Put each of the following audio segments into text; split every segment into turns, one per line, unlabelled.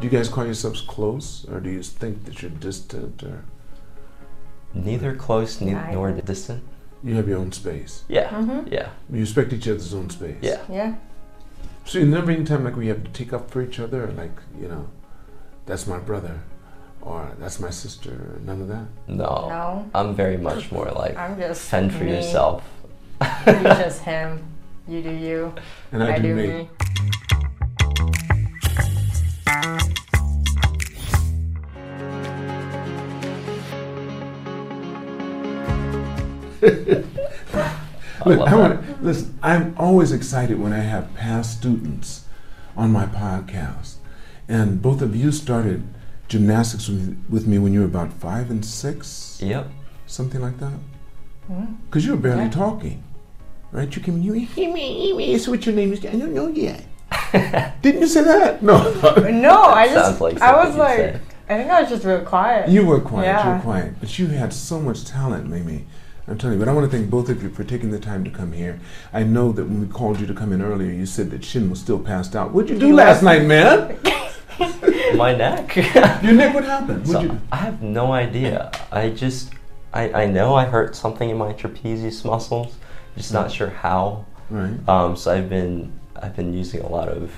Do you guys call yourselves close, or do you think that you're distant, or
Hmm.
Neither close ne-
Right.
nor distant.
you have your own space?
Yeah.
Mhm.
Yeah.
You respect each other's own space.
Yeah.
Yeah.
So you never any time like we have to take up for each other, like you know, that's my brother, or that's my sister. None of that.
No.
No.
I'm very much more like
I'm just
Oh. fend for
me.
yourself.
You're just him. You do you.
And I,
I
do
do
me.
me.
I
Look,
love
I
that.
want, listen, I'm always excited when I have past students on my podcast. And both of you started gymnastics with, with me when you were about five and six,
Yep.
something like that.
Hmm?
Mm.
Because you were barely
Yeah.
talking, right? You came in, you, hey, man, hey, man, so what's your name? is? I don't know yet. Didn't you say that? No.
No, I
Sounds
just.
like
I
something
was
you'd
like.
say.
I think I was just real quiet.
you were quiet, you
Yeah.
were quiet. But you had so much talent, Mimi. I'm telling you, but I want to thank both of you for taking the time to come here. I know that when we called you to come in earlier, you said that Shin was still passed out. What'd you do last night, man?
My neck.
Your neck, what happened?
So,
What'd you do?
I have no idea. I just, I, I know I hurt something in my trapezius muscles. Just not
Hmm.
sure how.
Right.
Um, so I've been, I've been using a lot of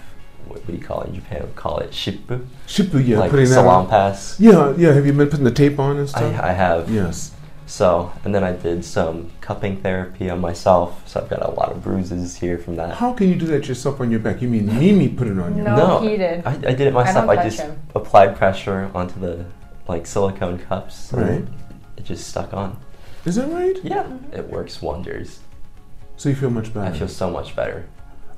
what we call in Japan, we call it shippu,
Shibuya,
like
putting that
salon
on.
pass.
Yeah, yeah. Have you been putting the tape on and
I,
stuff?
I have.
Yes.
So, and then I did some cupping therapy on myself. So I've got a lot of bruises here from that.
How can you do that yourself on your back? You mean Mimi put it on you?
Oh, No. he did.
I, I did it myself. I,
touch
just
him.
applied pressure onto the like silicone cups.
Right.
and It just stuck on.
Is that right?
Yeah,
Mm-hmm.
it works wonders.
So you feel much better.
I feel so much better.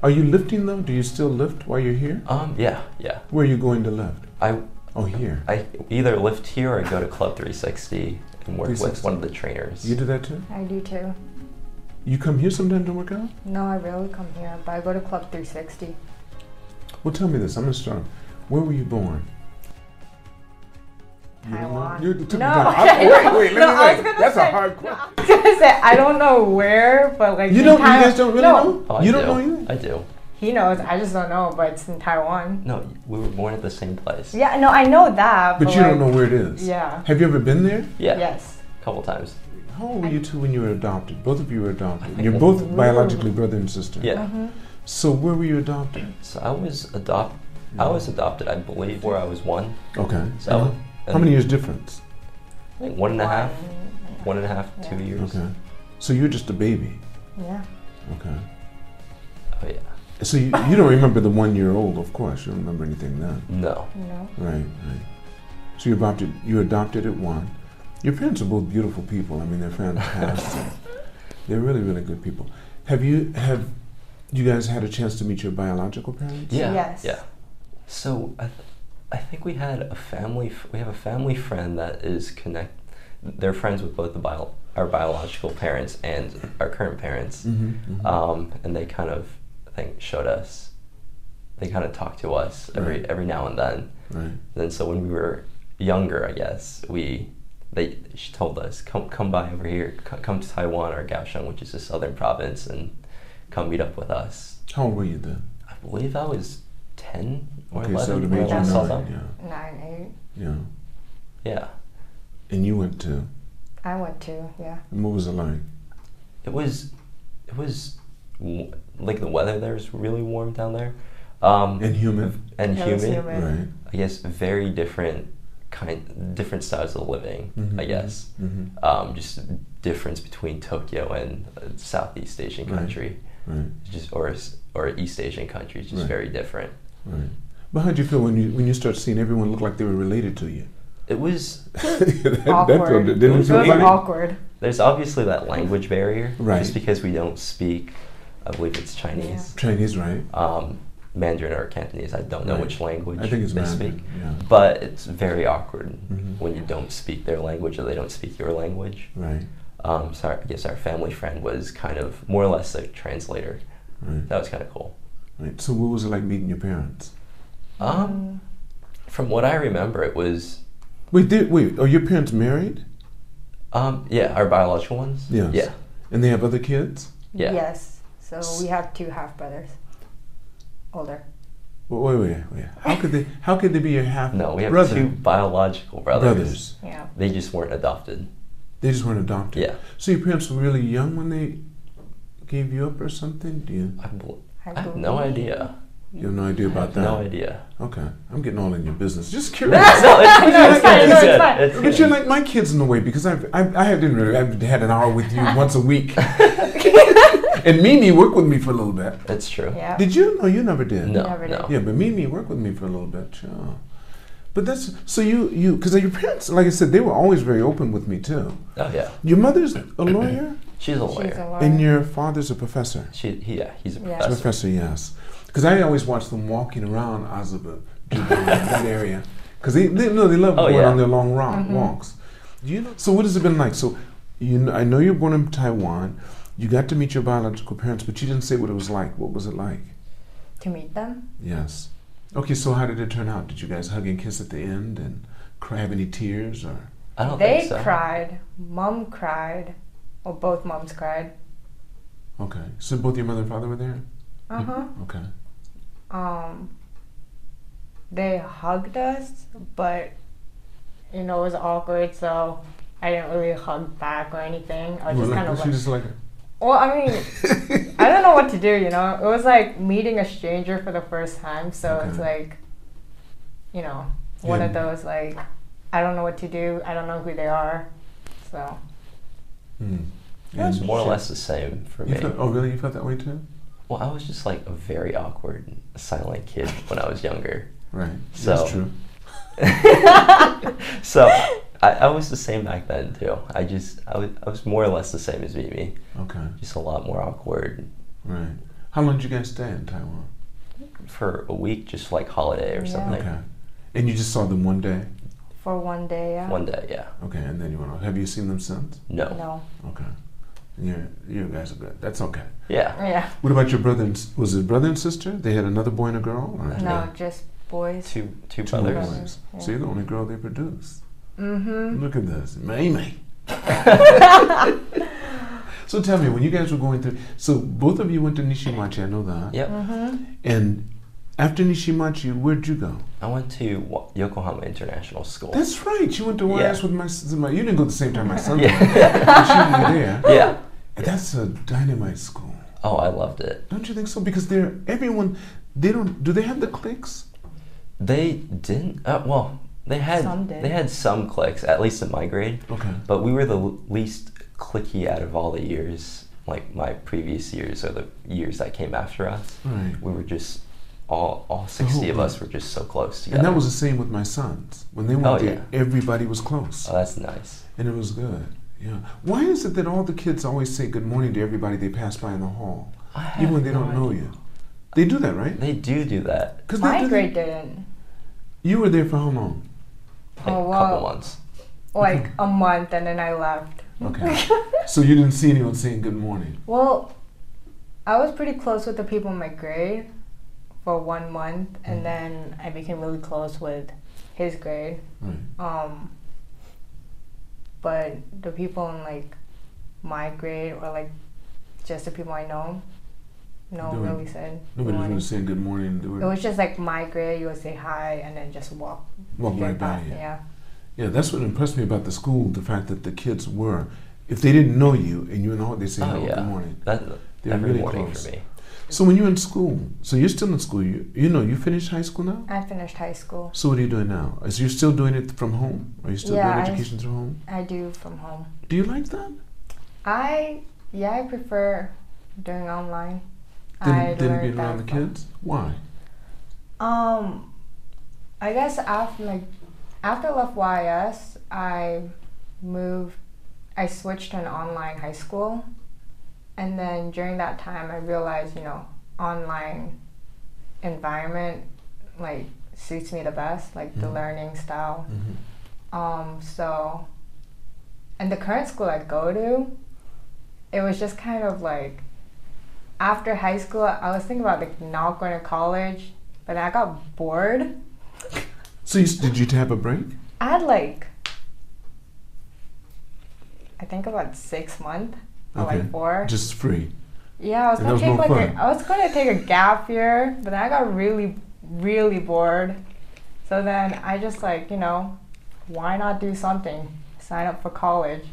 Are you lifting though? Do you still lift while you're here?
Um, yeah, yeah.
Where are you going to lift?
I,
Oh, here.
I either lift here or go to Club 360 and work with
360.
one of the trainers.
You do that too?
I do too.
You come here sometime to work out?
No, I rarely come here, but I go to Club 360.
Well, tell me this. I'm gonna start. Where were you born? You don't know?
Taiwan.
You took the
No,
time.
I
I- wait, wait,
don't- no,
let
I was
me think.
gonna
That's a
say-
hard question.
I was gonna say I don't know where, but like
You
in
don't. You
Taiwan-
guys don't really
no,
know.
Oh, I
you
do.
don't know either.
I do.
He knows. I just don't know, but it's in Taiwan.
No, we were born at the same place.
Yeah, no, I know that. But,
But you don't know
like,
where it is.
Yeah.
Have you ever been there?
Yeah,
Yes.
couple times.
How old were you two when you were adopted? Both of you were adopted.
think
You're
I-
both biologically brother and sister.
Yeah.
Mm-hmm.
So where were you adopted?
So I was adopt. I was adopted, I believe, where I was one.
Okay.
So. uh, and
Uh-huh. How many years difference?
I think one and a half, one and a half,
Yeah.
two years.
Okay. So you're just a baby.
Yeah.
Okay.
Oh yeah.
So you, you don't remember the one year old, of course. You don't remember anything then.
No.
No.
Right, right. So you adopted you adopted at one. Your parents are both beautiful people. I mean they're fantastic. they're really, really good people. Have you have you guys had a chance to meet your biological parents?
Yeah.
Yes.
Yeah. So I, th- I think we had a family. F- we have a family friend that is connect. They're friends with both the bio- our biological parents and our current parents,
Mm-hmm.
um, and they kind of I think showed us. They kind of talked to us every
Right.
every now and then.
right.
Then so when we were younger, I guess we. They, she told us, come come by over here, c- come to Taiwan or Kaohsiung, which is a southern province, and come meet up with us.
How old were you then?
I believe I was 10 or
Okay, so
11
to
when
made
I
you
saw
nine,
them.
yeah.
Nine, eight.
Yeah.
Yeah.
And you went to
I went to. Yeah.
and what was it like?
It was, it was, w- like the weather there was really warm down there. Um,
And human.
and
Yeah, it
humid.
was humid.
Right.
I guess very different kind, different styles of living,
Mhm,
I guess.
mhm.
Um, just difference between Tokyo and uh, Southeast Asian
Right.
country.
Right.
Just, or, s- or East Asian countries, just
Right.
very different.
Right. But how'd you feel when you when you start seeing everyone look like they were related to you?
It was,
that,
Awkward.
That, didn't it
It
feel
was
funny?
awkward.
There's obviously that language barrier,
Right.
Just because we don't speak, I believe it's Chinese,
Chinese, right?
um, Mandarin or Cantonese. I don't know
Right.
which language
I think it's
they
Mandarin.
speak,
Yeah.
but it's very awkward
Mhm.
when you don't speak their language or they don't speak your language.
Right.
Um, so our, I guess our family friend was kind of more or less a translator.
Right.
That was kind of cool.
Right. So what was it like meeting your parents?
Um, from what I remember, it was
Wait, did, wait. Are your parents married?
um, yeah, our biological ones.
Yes.
Yeah.
And they have other kids?
Yeah.
Yes. So we have two half brothers. Older.
Well, wait, wait, wait. How could they? How could they be your half
No, we have
brother?
two biological brothers.
brothers.
Yeah.
They just weren't adopted.
They just weren't adopted.
Yeah.
So your parents were really young when they gave you up or something? Do you?
I, bel-
I
I have no
believe-
idea.
You have no idea
I
about
have
that.
no idea.
Okay, I'm getting all in your business. Just
no,
curious.
it's,
No, it's fine,
good.
no,
It's
it's
good.
fine.
It's
But
good.
you're like my kids in a way because I've I've, I have really, I've had an hour with you once a week, and Mimi worked with me for a little bit.
It's true.
Yeah.
Did you? No, you never did.
No,
Never
no.
Yeah, but Mimi worked with me for a little bit. Yeah. But that's so you you because your parents, like I said, they were always very open with me too.
Oh yeah,
Your mother's a lawyer,
she's a
She's a
lawyer.
lawyer.
and your father's a professor.
She, he, yeah, he's a
Yeah.
professor.
Professor, yes. Because I always watch them walking around Azaba, Dubai, that area. Because they, they, no, they love
Oh,
going
yeah.
on their long ro-
Mm-hmm.
walks. Do you know, so what has it been like? So you, kn- I know you were born in Taiwan. You got to meet your biological parents, but you didn't say what it was like. What was it like?
to meet them.
Yes. Okay, so how did it turn out? Did you guys hug and kiss at the end and cry, have any tears or?
I don't
They
think so.
cried. Mom cried. Well, both moms cried.
Okay, so both your mother and father were there.
Uh
Mm-hmm.
huh.
Okay.
Um. They hugged us, but you know it was awkward, so I didn't really hug back or anything. I
You
was
were
just
like-
kind of
she
like,
just like.
well, I mean, I don't know what to do, you know? It was like meeting a stranger for the first time, so it's
Okay.
like, you know, one of
Yeah.
those like, I don't know what to do, I don't know who they are, so.
Hmm.
It was
And
more or
she-
less the same for
You
me.
felt, oh, really? You felt that way too?
Well, I was just like a very awkward, silent kid when I was younger.
Right.
So-
That's true.
So I, I was the same back then too. I just I was, I was more or less the same as Mimi,
Okay.
just a lot more awkward
Right. How long did you guys stay in Taiwan?
for a week, just like holiday or
Yeah.
something.
Okay. And you just saw them one day?
For one day, yeah.
One day, yeah.
Okay, and then you went on. Have you seen them since?
No.
No.
Okay. And you you guys are good. That's okay.
Yeah.
Yeah.
What about your brother and s- was it brother and sister? They had another boy and a girl? Or
No, just boys.
Two
Two
two brothers.
boys.
Yeah.
So you're the only girl they produced.
Mm-hmm.
Look at this. Mamie. so tell me, when you guys were going through so both of you went to Nishimachi, I know that.
Yep.
Mm-hmm.
And after Nishimachi, where'd you go?
I went to Wa- Yokohama International School.
That's right. You went to YS
Yeah.
with my, s- my. You didn't go at the same time my son. did.
yeah.
But you were there.
yeah.
And That's a dynamite school,
Oh, I loved it.
don't you think so? Because they're everyone. They don't. Do they have the cliques?
They didn't. Uh, well, they had
Some did.
they had some clicks, at least in my grade.
Okay.
But we were the l- least clicky out of all the years, like my previous years or the years that came after us.
Right.
We were just all all
whole
sixty of
group.
us were just so close together.
And that was the same with my sons. When they went
Oh,
there, everybody was close,
oh, that's nice.
and it was good. Yeah. Why is it that all the kids always say good morning to everybody they pass by in the hall,
I have
even when they
no
don't know
idea.
you? They do that, right?
They do do that.
Because
My grade didn't.
You were there for how long?
Like
Oh,
a couple
wow.
months.
Like a month and then I left.
Okay. so you didn't see anyone saying good morning.
Well, I was pretty close with the people in my grade for one month,
Mm.
and then I became really close with his grade.
Right.
Um, but the people in like my grade or like just the people I know, no
Doing-
one really said. good
Nobody was
morning.
really saying good morning. They were
It was just like my grade. You would say hi and then just walk.
walking right
straight
by you.
Yeah.
Yeah, that's what impressed me about the school, the fact that the kids were, if they didn't know you and you know they say
Oh
hello,
yeah.
good morning.
That
They're
every
really
morning
close.
for me.
So when you're in school, so you're still in school, you, you know, you finished high school now?
I finished high school.
So what are you doing now? Is you still doing it from home? Are you still
Yeah,
doing
I-
education through home?
I do from home.
Do you like that?
I yeah, I prefer doing online.
Than,
I
than
learned
being around the
that from-
kids? Why?
Um, I guess after like after I left YS, I moved. I switched to an online high school, and then during that time, I realized you know online environment like suits me the best, like the
Mhm.
learning style.
Mhm.
Um, so, and the current school I go to, it was just kind of like after high school, I was thinking about like not going to college, but I got bored.
So you, s- did you have a break?
I had like, I think about six months or
Okay.
Oh, like four.
Just free.
yeah, I was
and
gonna
that was
take
more
like a,
fun.
I was gonna take a gap year, but then I got really really bored. So then I just like, you know, why not do something? Sign up for college.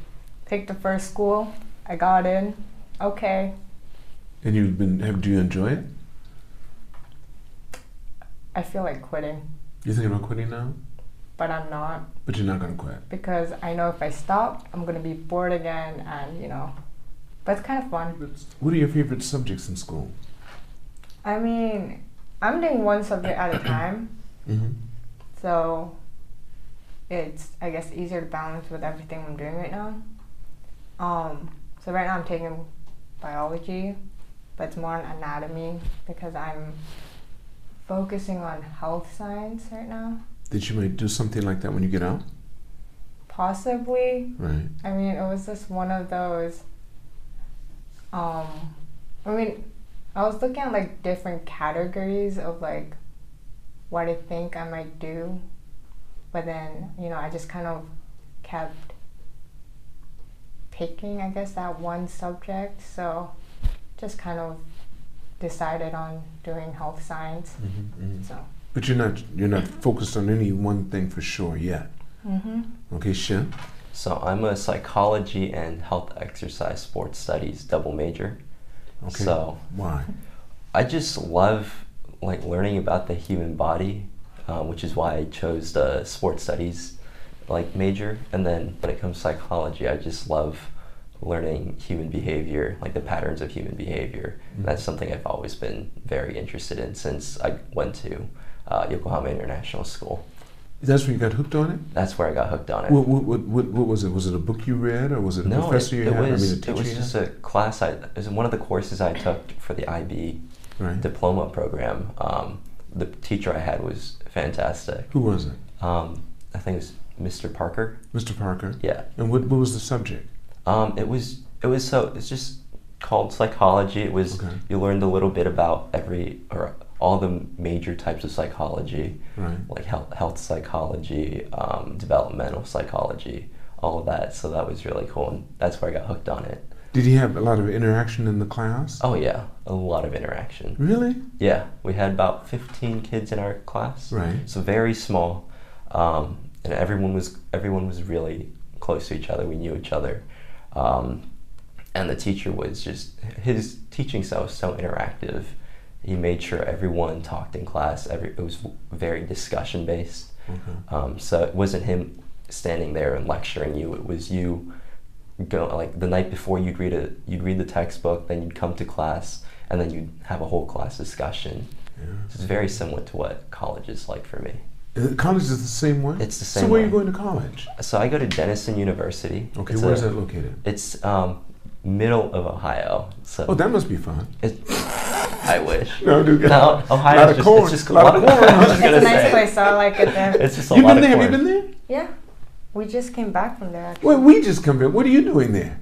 Picked the first school. I got in. Okay.
And you've been, have, do you enjoy it?
I feel like quitting,
You thinking about quitting now?
but I'm not
But you're not going to quit.
because I know if I stop, I'm going to be bored again and, you know, but it's kind of fun.
What are your favorite subjects in school?
I mean, I'm doing one subject at a time.
Mm-hmm.
So it's I guess easier to balance with everything I'm doing right now. Um, so right now I'm taking biology, but it's more on anatomy because I'm focusing on health science right now.
That you might do something like that when you get out?
Possibly.
Right.
I mean, it was just one of those. Um, I mean, I was looking at like different categories of like what I think I might do, but then you know I just kind of kept picking, I guess, that one subject. So just kind of decided on doing health science.
Mm-hmm.
So.
But you're not, you're not focused on any one thing for sure yet.
Mm-hmm.
Okay, Shem?
So I'm a psychology and health exercise sports studies double major.
Okay.
So
Why?
I just love like learning about the human body, uh, which is why I chose the sports studies like major. And then when it comes to psychology, I just love learning human behavior, like the patterns of human behavior.
Mm-hmm.
And that's something I've always been very interested in since I went to uh, Yokohama International School.
That's when you got hooked on it?
That's where I got hooked on it.
What, what, what, what, what was it? Was it a book you read or was it a
No, it,
professor you
it
had?
was,
I mean, a teacher
it was
you
just
had?
a class. I it was one of the courses I took for the IB
Right.
diploma program. Um, the teacher I had was fantastic.
Who was it?
Um, I think it was Mr. Parker.
Mr. Parker?
Yeah.
And what, what was the subject?
Um, it was it was so it's just called psychology. It was
Okay.
you learned a little bit about every or all the major types of psychology,
Right.
like health health psychology, um, developmental psychology, all of that. So that was really cool, and that's where I got hooked on it.
Did he have a lot of interaction in the class?
Oh yeah, a lot of interaction.
Really?
Yeah, we had about 15 kids in our class.
Right.
So very small, um, and everyone was everyone was really close to each other. We knew each other, um, and the teacher was just his teaching style was so interactive. He made sure everyone talked in class. Every it was very discussion based.
Okay.
Um, so it wasn't him standing there and lecturing you. It was you go like the night before you'd read a you'd read the textbook, then you'd come to class, and then you'd have a whole class discussion.
Yeah.
It's very similar to what college is like for me.
Uh, College is the same way?
It's the
So
same
where are you
way.
going to college?
So I go to Denison University.
Okay,
It's
where's
a-
that located?
It's um, middle of Ohio. So
Oh, that must be fun.
it, I wish.
No, dude.
No, Ohio's
Lot of
just,
corn,
it's just a
lot
lot,
of
of
corn.
I was
It's
It's
gonna
a nice
say.
place. I like it there.
It's just a
You've
lot
been
of
there?
corn.
Have you been there?
yeah, we just came back from there. Actually.
Well, we just come in. What are you doing there?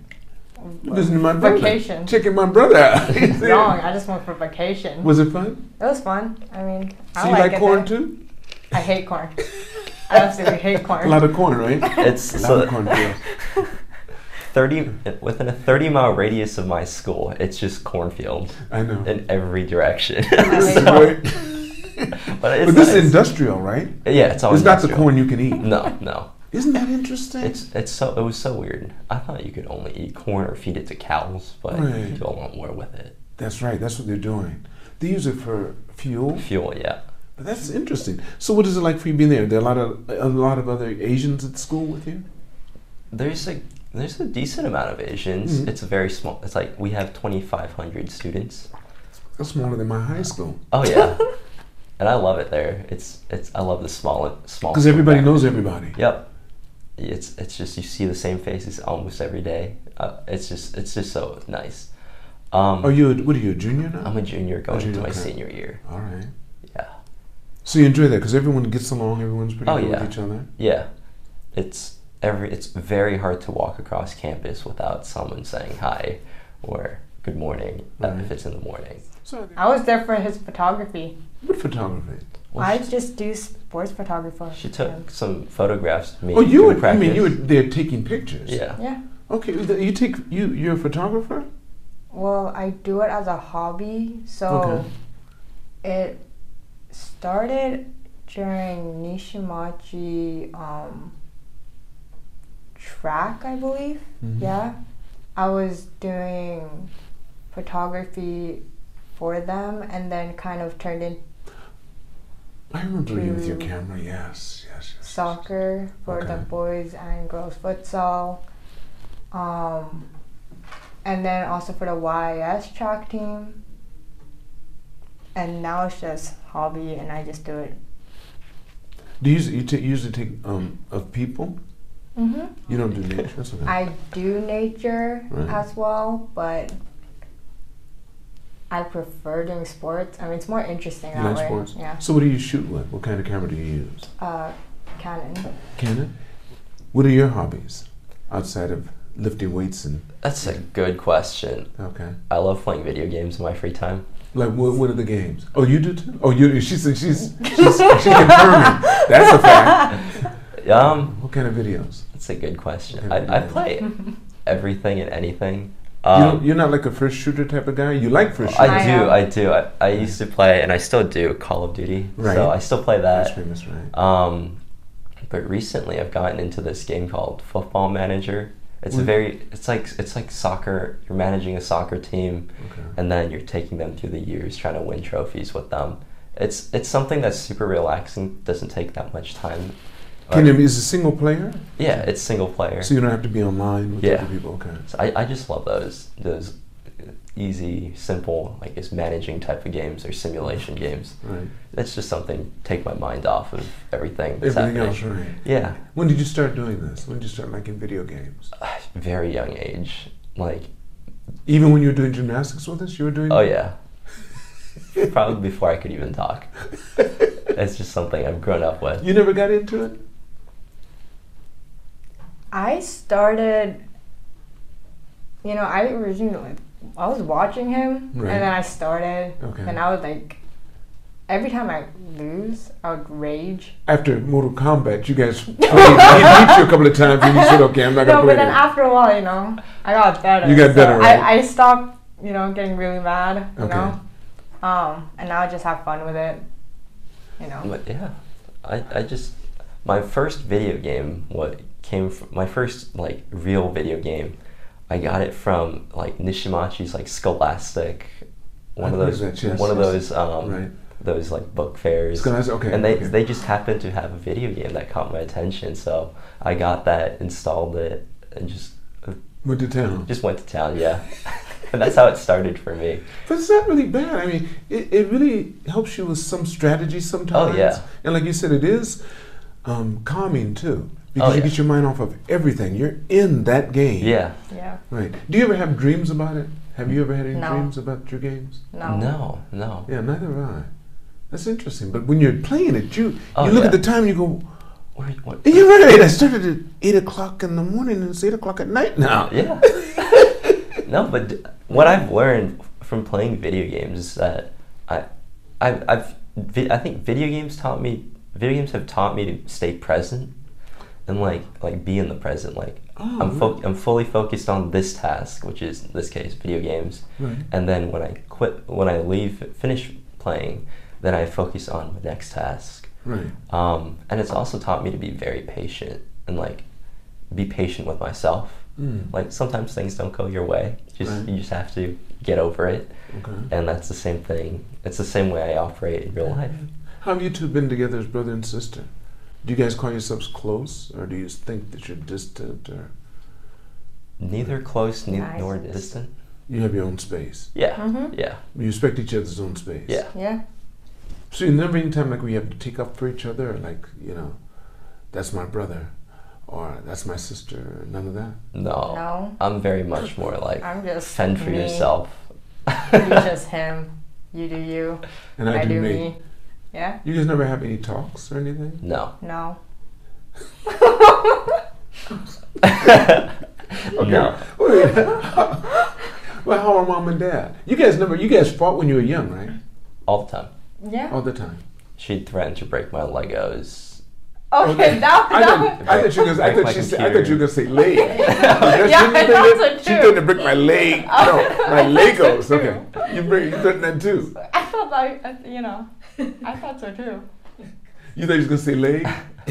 Visiting my brother.
Vacation.
Checking my brother out. He's there.
Wrong. I just went for vacation.
Was it fun?
It was fun. I mean, I
so you
like,
like,
it
corn
there.
too?
I hate corn. I absolutely hate
A
corn.
lot of corn, right?
It's
a
so
lot of corn fields.
30 within a 30 mile radius of my school it's just cornfield
I know.
in every direction
This is
So-
where-
but it's
but this is
nice.
industrial, right?
yeah it's all
It's not the
industrial.
corn you can eat.
no no
Isn't that interesting?
it's it's so it was so weird i thought you could only eat corn or feed it to cows but
Right.
you do a lot more with it
That's right. That's what they're doing. They use it for fuel.
fuel yeah
But that's interesting. So, what is it like for you being there? There are a lot of a lot of other Asians at school with you.
there's a there's a decent amount of asians
Mhm.
it's a very small it's like we have 2500 students
That's smaller than my high school
oh yeah and i love it there it's it's i love the small small
because everybody
environment.
knows everybody.
Yep. It's it's just you see the same faces almost every day. Uh, it's just it's just so nice. Um,
Are you? A, what are you? A junior now?
I'm a junior going
junior,
into my
okay.
senior year.
All right.
Yeah.
So you enjoy that because everyone gets along. Everyone's pretty
Oh,
good
yeah.
with each other.
Yeah. It's every it's very hard to walk across campus without someone saying hi or good morning uh,
Right.
if it's in the morning.
So
I was there for his photography.
what photography?
Well,
I
she,
just do sports photography. for
she
him.
took some photographs. of Me
Oh, you
during
would. I
Practice.
mean, you were there taking pictures.
Yeah.
Yeah.
Okay. th- You take. You. You're a photographer.
Well, I do it as a hobby, so
Okay.
it started during Nishimachi um, track, I believe.
Mhm.
Yeah. I was doing photography for them and then kind of turned into
I remember you with your
to
camera. Yes, yes, yes, yes.
soccer for the
Okay.
boys and girls futsal. Um, and then also for the YS track team. And now it's just hobby and I just do it.
Do you, us- you ta- usually take um, of people?
hmm
You don't do nature. That's okay.
I do nature
Right.
as well, but I prefer doing sports. I mean, it's more interesting
You
that
like
way.
sports?
Yeah.
So what do you shoot with? What kind of camera do you use?
Uh, Canon.
Canon. What are your hobbies outside of lifting weights and
That's a good question.
okay?
I love playing video games in my free time.
Like what, what are the games? Oh, you do too. Oh, you. She's she's she's, she's she confirming. That's a fact.
Um,
What kind of videos?
that's a good question.
Okay,
I, I
video
play everything and anything.
you
Um,
don't, you're not like a first shooter type of guy. You like first shooter.
I
I
am.
do, I do. I, I used to play, and I still do, Call of Duty.
Right.
So I still play
That's
that.
famous, right?
Um, but recently, I've gotten into this game called Football Manager. It's a
Mm.
very, it's like it's like soccer. You're managing a soccer team,
Okay.
and then you're taking them through the years, trying to win trophies with them. It's it's something that's super relaxing. Doesn't take that much time.
Can
Or-
it be is a single player?
Yeah, it's single player.
So you don't have to be online with
Yeah.
other people. Okay.
So I, I just love those those easy, simple, like just managing type of games or simulation games.
Right.
That's just something to take my mind off of everything. That's
Everything
happening.
else, right?
Yeah,
When did you start doing this? When did you start liking video games?
very young age. Like,
Even when you were doing gymnastics with us, you were doing.
oh yeah, probably before I could even talk. It's just something I've grown up with.
You never got into it.
I started, you know, I originally, I was watching him
Right.
and then I started.
Okay.
And I was like, every time I lose, I would rage.
After Mortal Kombat, you guys played, he beat you a couple of times, and you said, "Okay, I'm not
No,
gonna play
but then
it."
after a while, you know, I got better.
You got better, right?
I, I stopped, you know, getting really mad, you
Okay.
know. Um, and now I just have fun with it, you know.
But yeah, I, I just my first video game what came from my first like real video game. I got it from like Nishimachi's like Scholastic, one of
I've
those
heard of that, yes,
one of
yes.
those um,
Right.
those like book fairs.
Scholastic, okay,
And they
okay.
they just happened to have a video game that caught my attention, so I got that, installed it, and just
Went to town.
just went to town. Yeah, and that's how it started for me.
But it's not really bad. I mean, it, it really helps you with some strategy sometimes.
Oh, yeah.
And like you said, it is um, calming too because you
Oh, yeah.
get your mind off of everything. You're in that game.
Yeah.
yeah.
Right. Do you ever have dreams about it? Have you ever had any
No.
dreams about your games?
No.
No. No.
Yeah, neither have I. That's interesting. But when you're playing it, you
Oh,
you look at
yeah.
the time and you go,
Where- what-
you're right. I started at eight o'clock in the morning and it's eight o'clock at night now.
Yeah. no, but d- what I've learned from playing video games is that I, I, I've, vi- I think video games taught me. Video games have taught me to stay present and like like be in the present. Like
Oh,
I'm fo- I'm fully focused on this task, which is in this case video games.
Right.
And then when I quit, when I leave, finish playing, then I focus on the next task.
Right.
Um, and it's also taught me to be very patient and like be patient with myself.
Mm.
Like sometimes things don't go your way. Just
Right.
you just have to get over it.
Okay.
And that's the same thing. It's the same way I operate in real life.
How have you two been together as brother and sister? Do you guys call yourselves close, or do you think that you're distant, or
Neither close ne-
Nice.
nor distant.
you have your own space?
Yeah.
Mhm.
Yeah.
You respect each other's own space.
Yeah.
Yeah.
So you never any time like we have to take up for each other, like you know, that's my brother, or that's my sister, or none of that.
No.
No.
I'm very much more like
I'm just
fend for
me.
yourself.
You're just him. You do you.
And I,
I,
do,
do
me.
me. Yeah.
You guys never have any talks or anything.
No.
No.
No.
Wait. well, how are mom and dad? You guys never. You guys fought when you were young, right?
All the time.
Yeah.
All the time.
She threatened to break my Legos.
Okay. That.
I
that
thought, I thought you were gonna, I
Break my
thought you said, I thought you were gonna say leg.
Yeah,
yeah,
I thought so
She
too. Oh.
threatened to break my leg. No, my
I thought so
Legos.
too.
Okay, you break. You threatened that too.
thought that, I- you know, I thought so too.
You thought you was gonna say leg?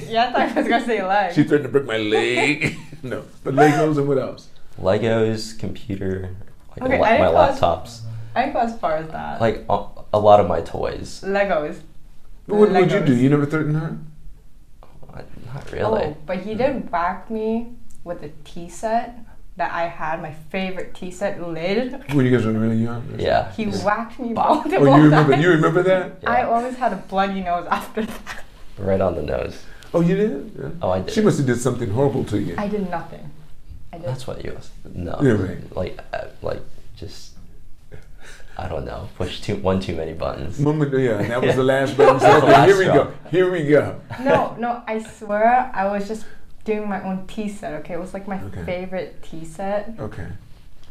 Yeah, I thought I was gonna say leg.
She threatened to break my leg. no, but Legos and what else?
Legos, computer, like
Okay,
a lot,
I
my
didn't
laptops,
I go as far as that.
like a, a lot of my toys.
Legos.
But what would you
Legos.
do? You never threatened her?
I- Not really.
Oh, but he did whack me with a tea set that I had, my favorite tea set lid.
When you guys were really young? or
Yeah.
He
Just-
whacked me
Bop.
multiple
Oh, you remember?
times.
You remember that?
Yeah,
I always had a bloody nose after that.
right on the nose.
Oh, you did? Yeah.
Oh, I did.
She must have did something horrible to you.
I did nothing. I did.
That's what you was. No.
Yeah, right.
Like, uh, like just. I don't know. Push too one too many buttons.
Mama, yeah, that was the last button.
That was the
okay, here
last
we go. Here we go.
no, no, I swear I was just doing my own tea set, okay? It was like my
Okay.
favorite tea set.
Okay.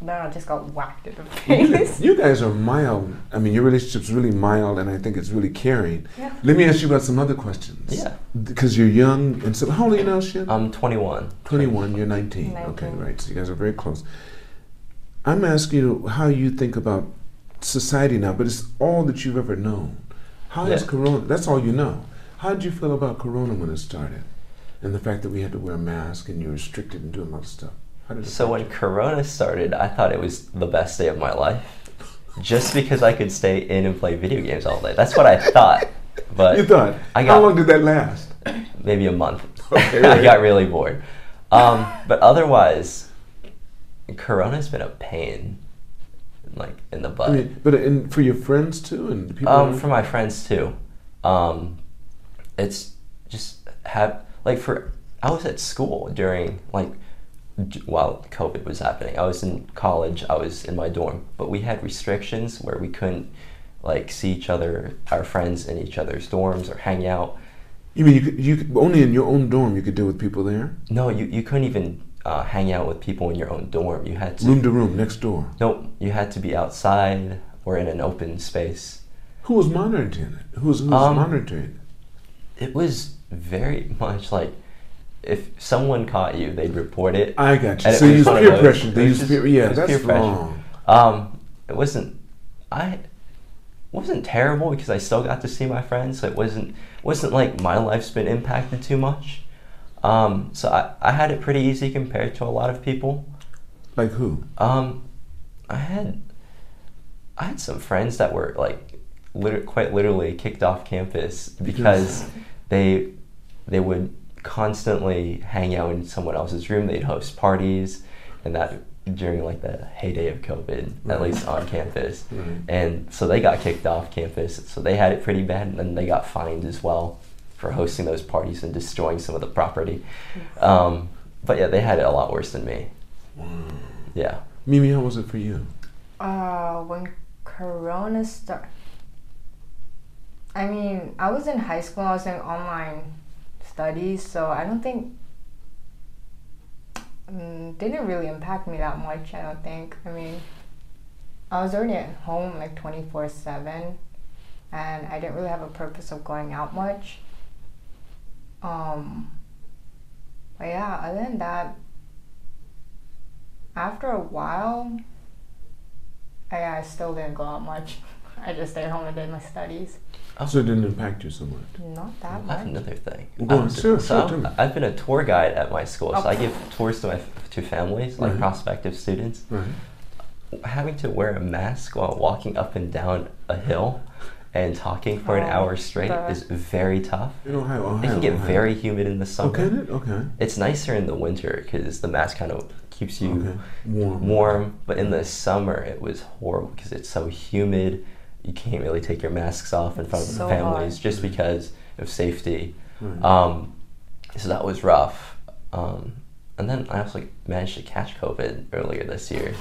Then I just got whacked in the
You
face.
you guys are mild. I mean, your relationship's really mild, and I think it's really caring.
Yeah.
Let me ask you about some other questions.
Yeah. Uh,
Because you're young, and so how old are you now, Shin?
I'm 21.
21, you're 19. Okay,
19.
right. So you guys are very close. I'm asking you how you think about society now, but it's all that you've ever known. How has
Yeah.
Corona, that's all you know. How did you feel about Corona when it started? And the fact that we had to wear a mask and you're restricted and doing a lot of stuff. How did it
So when
affect
Corona started, I thought it was the best day of my life, just because I could stay in and play video games all day. That's what I thought. But
you? you thought,
I
how
got-
long did that last?
maybe a month.
Okay,
I
right.
got really bored. Um, but otherwise, Corona's been a pain, like in the butt.
I mean, but and for your friends too, and the people.
Um, for my friends too. Um, it's just have like for I was at school during like d- while COVID was happening. I was in college. I was in my dorm, but we had restrictions where we couldn't like see each other, our friends in each other's dorms or hang out.
you mean you could, you could, only in your own dorm you could deal with people there,
No, you you couldn't even uh, hang out with people in your own dorm. You had to
room to room, next door.
no, you had to be outside or in an open space.
Who was monitoring it? Who was, who was
Um,
monitoring it?
It was very much like if someone caught you, they'd report it.
I got you.
And it
So you
was
use
one of
peer
those-
pressure. They
it
use
was
peer.
just- it
Yeah,
was
that's
peer pressure.
wrong.
Um, it wasn't. I wasn't terrible because I still got to see my friends. So it wasn't wasn't like my life's been impacted too much. Um, so I, I had it pretty easy compared to a lot of people.
Like who?
Um, I had I had some friends that were like liter- quite literally kicked off campus because they they would constantly hang out in someone else's room. They'd host parties, and that during like the heyday of COVID,
Right.
at least on campus.
Right.
And so they got kicked off campus. So they had it pretty bad, and then they got fined as well for hosting those parties and destroying some of the property. Um, but yeah, they had it a lot worse than me. Yeah.
Mimi, how was it for you?
Uh, when Corona started, I mean, I was in high school. I was in online studies, so I don't think mm, didn't really impact me that much. I don't think. I mean, I was already at home like twenty four seven, and I didn't really have a purpose of going out much. Um, but yeah, other than that, after a while, I, I still didn't go out much. I just stayed home and did my studies.
Oh.
So it didn't impact you so much.
Not that
I have
much.
another thing.
Go on,
Um,
sure,
so
sure,
I'm-
tell me.
I've been a tour guide at my school, so I
Oh.
give tours to my f- to families, like
Right.
prospective students.
Right.
Having to wear a mask while walking up and down a hill and talking for an
Oh,
hour straight
that-
is very tough.
In Ohio, Ohio.
It can get
Ohio. Oh,
very humid in the summer.
Okay. then, Okay.
It's nicer in the winter because the mask kind of keeps you
Okay. Warm.
warm, but in the summer it was horrible because it's so humid. You can't really take your masks off in front of
So
the families
hard.
just because of safety.
Right.
Um, so that was rough. Um, and then I also managed to catch COVID earlier this year.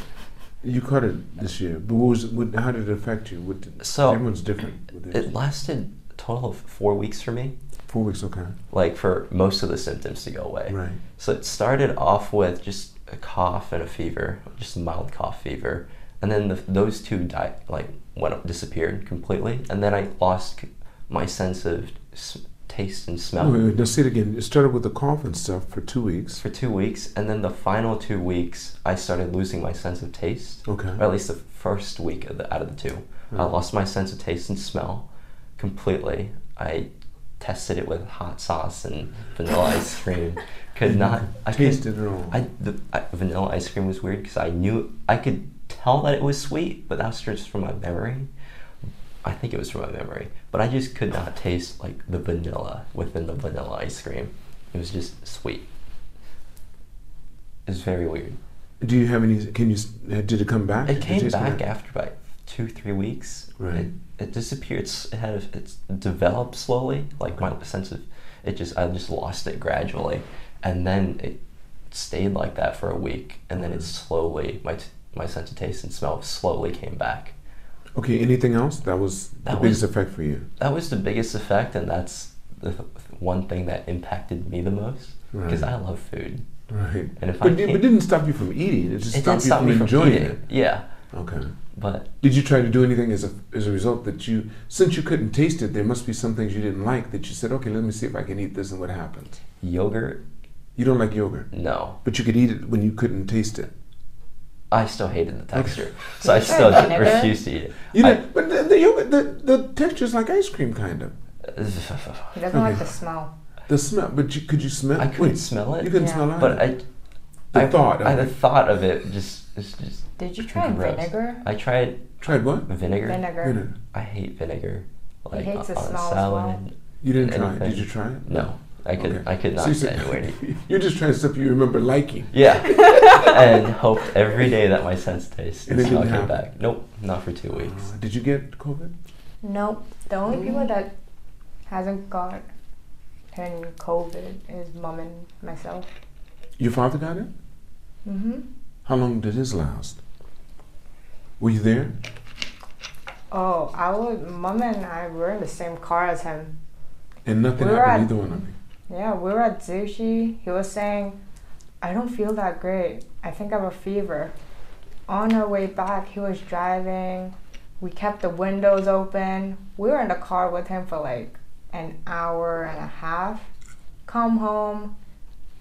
You caught it this year, but what was? What, how did it affect you? What did,
So,
everyone's different. With
It lasted a total of four weeks for me,
Four weeks. Okay.
like for most of the symptoms to go away.
Right.
So it started off with just a cough and a fever, just a mild cough fever, and then the, those two died, like went up, disappeared completely, and then I lost c- my sense of s- taste and smell
Wait, wait, now say it again. It started with the cough and stuff for two weeks.
for two weeks, and then the final two weeks I started losing my sense of taste,
Okay.
or at least the first week of the, out of the two. I lost my sense of taste and smell completely. I tested it with hot sauce and vanilla ice cream. Could not. I couldn't-
Tasted it all.
I, the I, vanilla ice cream was weird because I knew I could tell that it was sweet, but that's just from my memory. I think it was from my memory, but I just could not taste like the vanilla within the vanilla ice cream. It was just sweet. It was very weird.
Do you have any? Can you? s- Did it come back? Did
It came
taste
back after about two, three weeks.
Right.
It, it disappeared. It's, it had it's developed slowly. Like my sense of it just I just lost it gradually, and then it stayed like that for a week, and then it slowly my t- my sense of taste and smell slowly came back.
Okay. Anything else? That was the
That
biggest
was-
effect for you.
That was the biggest effect, and that's the th- one thing that impacted me the most because
Right.
I love food.
Right.
And if I
But, it, but
can't-
didn't stop you from eating. It just
It
stopped
did
you
stop
from
me from
enjoying
eating.
it.
Yeah,
Okay.
but
Did you try to do anything as a as a result that you since you couldn't taste it, there must be some things you didn't like that you said, okay, let me see if I can eat this and what happens.
yogurt,
You don't like yogurt,
no.
but you could eat it when you couldn't taste it.
I still hated the texture, so I still
Sure, nigga.
refused to eat it.
You
I-
know, but the, the yogurt, the, the texture is like ice cream, kind of
He doesn't like
Okay.
the smell.
the smell. But you, could you smell?
I couldn't
wait,
smell it,
You couldn't
Yeah.
smell it.
but I,
The
I
thought of
I, the
it.
thought of it just, it's just.
Did you try
gross.
vinegar?
I tried
tried what?
vinegar.
Vinegar.
Vinegar.
I hate vinegar. Like
hates the
on
smell as
a salad.
You didn't try it.
Anything.
Did you try it?
No, I could.
Okay.
I could
So
not
you
get
said-
anywhere to eat.
You're just trying stuff you remember liking.
Yeah, and hoped every day that my sense taste
And it
and
didn't
smell
happen.
came back. Nope, not for two weeks.
Uh, did you get COVID?
Nope. The only people that hasn't got in COVID is mom and myself.
Your father got it.
hmm
How long did his last? Were you there?
Oh, I would. Mom and I were in the same car as him.
And nothing
We were
happened
at-
either one of you.
Yeah, we were at sushi. He was saying, I don't feel that great. I think I have a fever. On our way back, he was driving. We kept the windows open. We were in the car with him for like an hour and a half. Come home,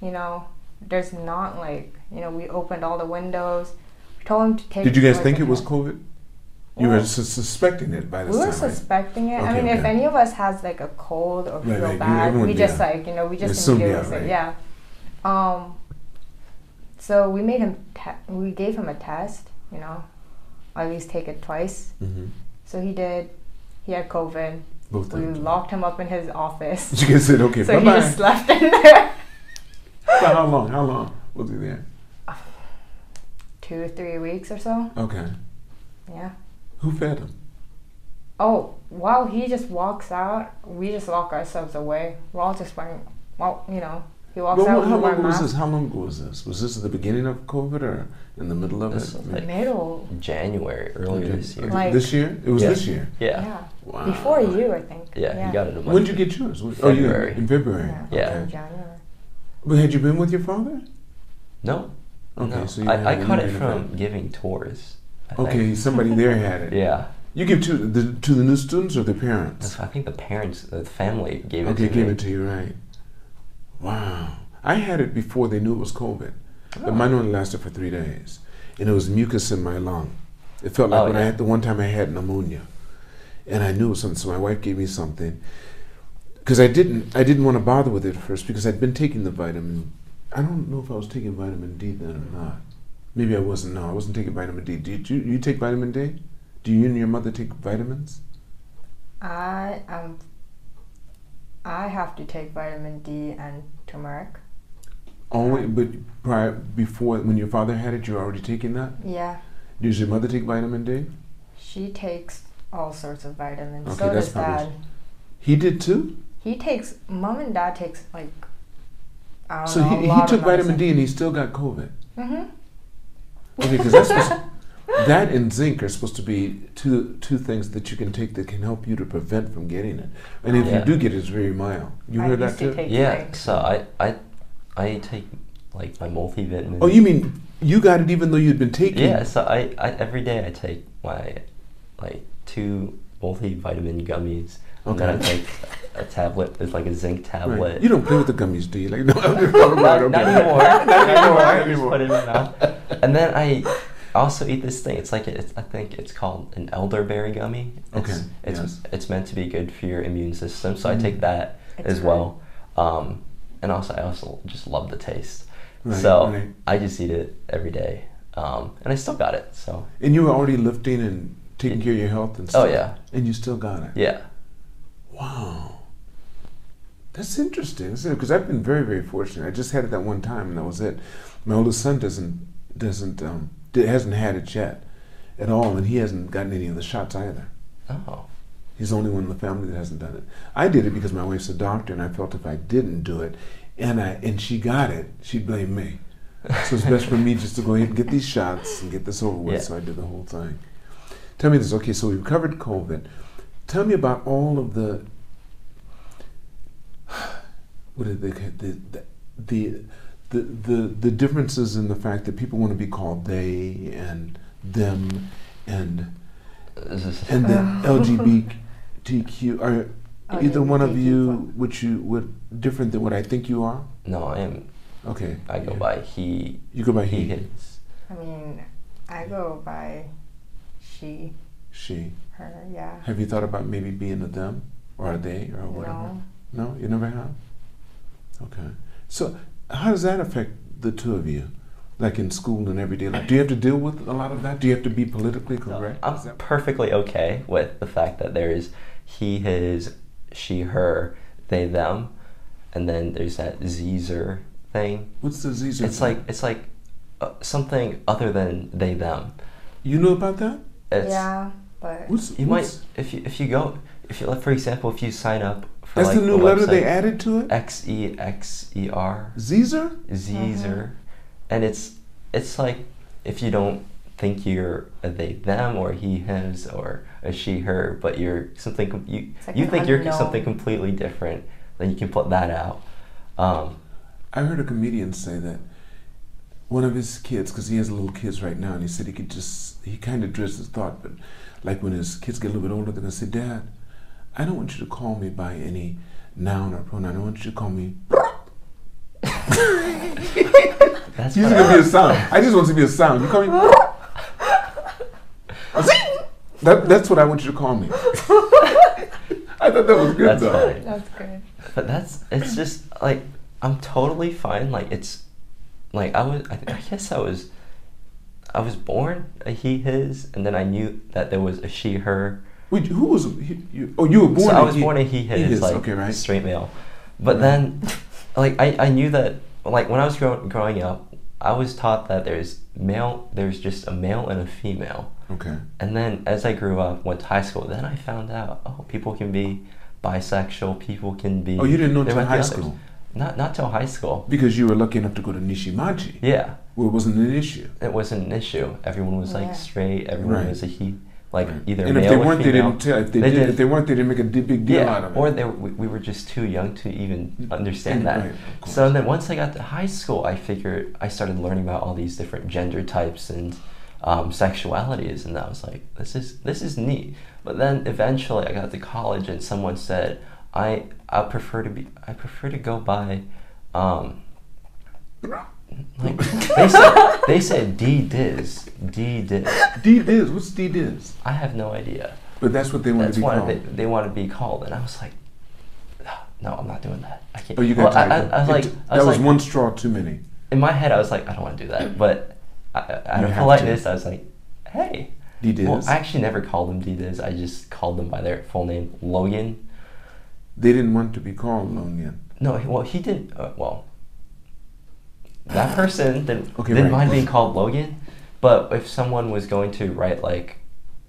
you know, there's not like, you know, we opened all the windows. We told him to take
Did you guys
like,
think
a
it was
nap.
COVID? You were
Yeah.
su- suspecting it by this
We were
time. right?
suspecting it. I
Okay,
mean, if
okay.
any of us has like a cold or
Right,
feel
right, you-
bad, we
everyone-
just
yeah.
like you know we
You
just
assume,
immediately
yeah, right.
say yeah. Um. So we made him. Te- we gave him a test. You know, at least take it twice.
Mhm.
So he did. He had COVID.
Both
We
times.
locked him up in his office.
You guys said, okay,
so he
bye-bye.
just left in there.
For how long? How long was he there?
Two or three weeks or so.
Okay.
Yeah.
Who fed him?
Oh, while he just walks out, we just lock ourselves away. We're all just wearing. Well, you know, he walks
Well,
out.
well, how
we wear
long was
masks.
this? How long ago was this? Was this at the beginning of COVID or in the middle of
This
it?
was like-
middle.
January earlier
Okay.
this year.
Like-
this year? It was
Yeah.
this year.
Yeah.
Yeah,
Wow.
Before you, I think.
yeah. You got it a month.
When did you get yours? When- Oh, you
February.
in February.
Yeah.
Yeah.
In
Okay.
January.
But had you been with your father?
No,
Okay,
no.
so you had
I, I
an
caught it
immediate
from
effect.
giving tours. I think.
Okay, somebody there had it.
Yeah.
You give to the to the new students or the parents?
So I think the parents, the family gave it
okay,
to
gave
me.
it to you, right? Wow, I had it before they knew it was COVID, but mine only lasted for three days, and it was mucus in my lung. It felt like
Oh,
when I
yeah.
had the one time I had pneumonia, and I knew it was something. So my wife gave me something because I didn't I didn't want to bother with it at first because I'd been taking the vitamin. I don't know if I was taking vitamin D then or not. Maybe I wasn't. No, I wasn't taking vitamin D. Did you you take vitamin D? Do you and your mother take vitamins?
I um. I have to take vitamin D and turmeric.
Only, but prior before when your father had it, you were already taking that.
Yeah.
Does your mother take vitamin D?
She takes all sorts of vitamins.
Okay,
so
that's
does
probably-
dad.
He did too.
He takes. Mom and dad takes like. I don't
So
know,
he,
a
he
lot of
took vitamin D
medicine.
and he still got COVID.
Mhm.
Okay, because that's supposed, that and zinc are supposed to be two two things that you can take that can help you to prevent from getting it. And if
Yeah.
you do get it, it's very mild. You
I
heard
used
that
to
too.
take
Yeah,
zinc.
so I, I I take like my multivitamin.
Oh, you mean you got it even though you'd been taking?
Yeah, so I, I every day I take my like two multivitamin gummies, and then I
Okay.
take a tablet. It's like a zinc
Right.
tablet.
You don't play with the gummies, do you? Like no, I'm just talking about
not
okay.
anymore.
Not anymore.
I just put it in my mouth. And then I I also eat this thing. It's like it's, I think it's called an elderberry gummy. It's,
Okay,
It's
yes.
it's meant to be good for your immune system, so I
Mm.
take that
It's
as
good.
well. Um, and also, I also just love the taste.
Right,
so
right.
I just eat it every day, um, and I still got it. So
And you were already lifting and taking
Yeah.
care of your health and
oh
stuff.
yeah,
And you still got it.
yeah,
Wow. That's interesting. Because I've been very, very fortunate. I just had it that one time, and that was it. My oldest son doesn't doesn't um, d- hasn't had it yet at all, and he hasn't gotten any of the shots either.
oh
He's the only one in the family that hasn't done it. I did it because my wife's a doctor, and I felt if I didn't do it, and I and she got it, she blamed me. So it's best for me just to go ahead and get these shots and get this over with.
Yeah.
So I did the whole thing. Tell me this. Okay, so we've covered COVID. Tell me about all of the what are they, ca- the, the the the the the differences in the fact that people want to be called they and them and
this is
and the LGBTQ are either one of you which you would different than what I think you are?
no. I am.
Okay.
I go by he.
You go by
He
he,
hits.
I mean, I go by she,
she.
her, yeah.
Have you thought about maybe being a them or a they or whatever?
No.
No, you never have. Okay. So how does that affect the two of you? Like in school and everyday life, do you have to deal with a lot of that? Do you have to be politically correct?
I'm
Is that-
perfectly okay with the fact that there is he, his, she, her, they, them, and then there's that Zer thing.
What's the Zizu?
It's like it's like uh, something other than they, them.
you know about that.
It's,
yeah, but
What's
You might
what's-
if you if you go if you like for example if you sign up for
That's
like
the new letter they
website,
added to it.
X E X E R
Zizer.
Mm-hmm.
Zer, and it's it's like if you don't think you're a they them or he his or a she her, but you're something com- you
It's like
you
an
think you're
unknown.
something completely different, then you can put that out. Um,
I heard a comedian say that one of his kids, because he has little kids right now, and he said he could just, he kind of drifts his thought, but like when his kids get a little bit older, they're going to say, Dad, I don't want you to call me by any noun or pronoun. I want you to call me.
that's
He's
what
going to be
I,
a sound. I just want it to be a sound. You call me. That, that's what I want you to call me. I thought that was good,
that's
though.
fine.
that's good.
But that's it's just like I'm totally fine. Like it's like I was I, I guess I was I was born a he his and then I knew that there was a she her.
Wait, who was. He, you, oh, you were born
so I
a
was
he-
born a he his like
okay, right?
straight male. But
Right.
then like I, I knew that like when I was grow- growing up, I was taught that there's male there's just a male and a female.
Okay.
And then as I grew up, went to high school, then I found out, oh, people can be bisexual, people can be
Oh, you didn't know
there
till
might be
high
others.
school?
Not not till high school.
Because you were lucky enough to go to Nishimachi,
Yeah.
where it wasn't an issue.
It wasn't an issue. Everyone was like
Yeah.
straight, everyone
Right.
was a he like
Right.
either
and
male
if they
or
weren't,
female.
they didn't tell. If they,
They
did,
did.
if they weren't, they didn't make a di- big deal out of it. Mm-hmm.
or they were, we we were just too young to even understand that.
Right, of course.
so then once I got to high school, I figured I started learning about all these different gender types and um, sexualities, and I was like, this is this is neat. But then eventually, I got to college, and someone said, I I prefer to be I prefer to go by. Um, like they said, they said D Diz, D Diz.
D Diz, what's D Diz?
I have no idea.
But that's what they want
That's
to be
why
called.
they, they want to be called, and I was like, no, I'm not doing that. I can't.
oh, you
well,
got
I,
to
I, I was like, I
that
was,
was
like,
one straw too many.
in my head, I was like, I don't want to do that, but I, I- out
You
of
have to.
politeness, I was like, hey.
D Diz.
Well, I actually never called them D-Diz. I just called them by their full name, Logan.
they didn't want to be called Lonian.
No, he- well, he did. Uh, well, that person didn't,
Okay,
didn't
right.
mind being called Logan, but if someone was going to write like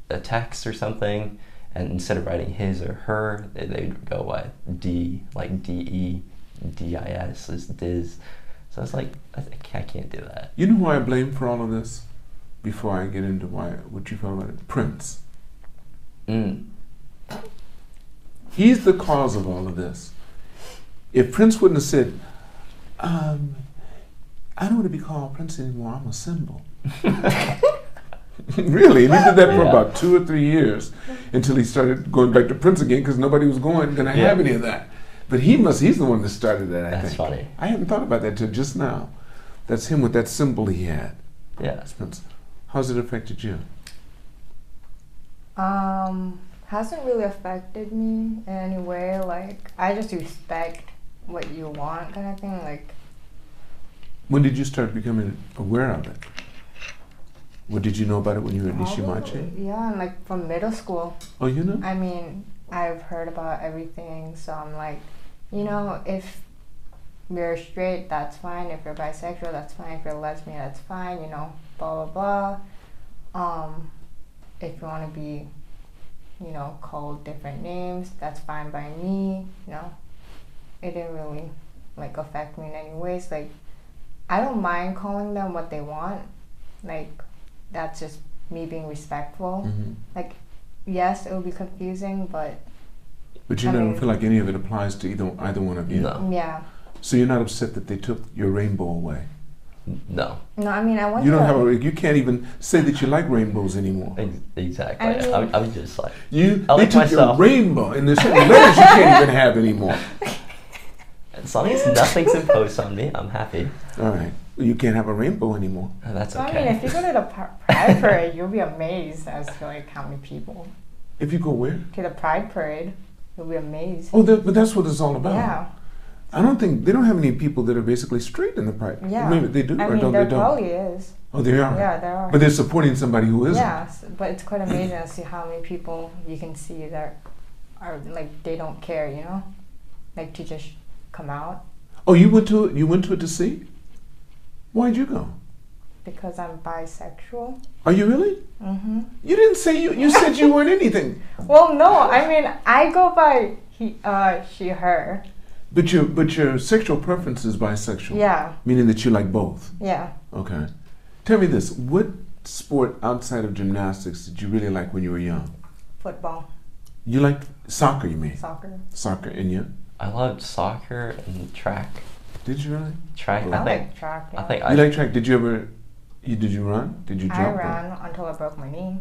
a text or something, and instead of writing his or her, they, they'd go by D, like D E D I S is Diz. So I was like, I, th- I can't do that.
You know who I blame for all of this? Before I get into why, what you felt about it, Prince.
Mm.
He's the cause of all of this. If Prince wouldn't have said, um, "I don't want to be called Prince anymore. I'm a symbol." really, and he did that for
Yeah.
about two or three years until he started going back to Prince again because nobody was going going to
Yeah.
have any of that. But he must—he's the one that started that. I
That's
think.
funny.
I hadn't thought about that till just now. That's him with that symbol he had.
Yeah.
That's Prince. How's it affected you?
Um, hasn't really affected me in any way. Like, I just respect what you want, kind of thing. Like,
When did you start becoming aware of it? What did you know about it when you were in Nishimachi?
probably- yeah, and like from middle school.
Oh, you know?
I mean, I've heard about everything, so I'm like, you know, if you're straight, that's fine. If you're bisexual, that's fine. If you're lesbian, that's fine. You know, blah blah blah. Um, if you want to be, you know, called different names, that's fine by me. You know, it didn't really like affect me in any ways. Like, I don't mind calling them what they want. Like, that's just me being respectful.
Mhm.
Like, yes, it will be confusing, but
But you
I
don't
mean-
feel like any of it applies to either, either one of you.
No.
yeah.
So you're not upset that they took your rainbow away.
No,
No, I mean, I went
You don't
to
have a. You can't even say that you like rainbows anymore.
ex- exactly.
I mean-
I, I was just like,
You
I
they
like
took your
myself.
rainbow, and there's certain letters you can't even have anymore.
as long as nothing's imposed on me, I'm happy.
All right, you can't have a rainbow anymore.
Uh, That's
So, I
okay.
mean, if you go to the par- Pride Parade, you'll be amazed as to like how many people
If you go where?
to the Pride Parade. You'll be amazed.
Oh, that, but that's what it's all about.
yeah,
I don't think they don't have any people that are basically straight in the pride.
yeah.
Maybe they do
I
or
mean,
don't
there
they don't?
probably is.
Oh, they are.
Yeah, there are.
But they're supporting somebody who isn't.
yeah, s- but it's quite amazing to see how many people you can see that are like they don't care, you know, like to just come out
Oh, you went to it. You went to it to see. Why'd you go?
because I'm bisexual.
Are you really?
Mm-hmm.
You didn't say you. You said you weren't anything.
Well, no, I mean, I go by he, uh, she, her.
But your but your sexual preference is bisexual.
Yeah,
Meaning that you like both.
yeah.
Okay. Tell me this: What sport outside of gymnastics did you really like when you were young?
Football,
You liked soccer, you mean?
soccer.
Soccer, and you
I loved soccer and track.
did you really?
Track.
I,
I think.
like track.
I
yeah.
think
you
I.
like track? Did you ever? You, did you run? Did you jump?
I
or-
ran until I broke my knee.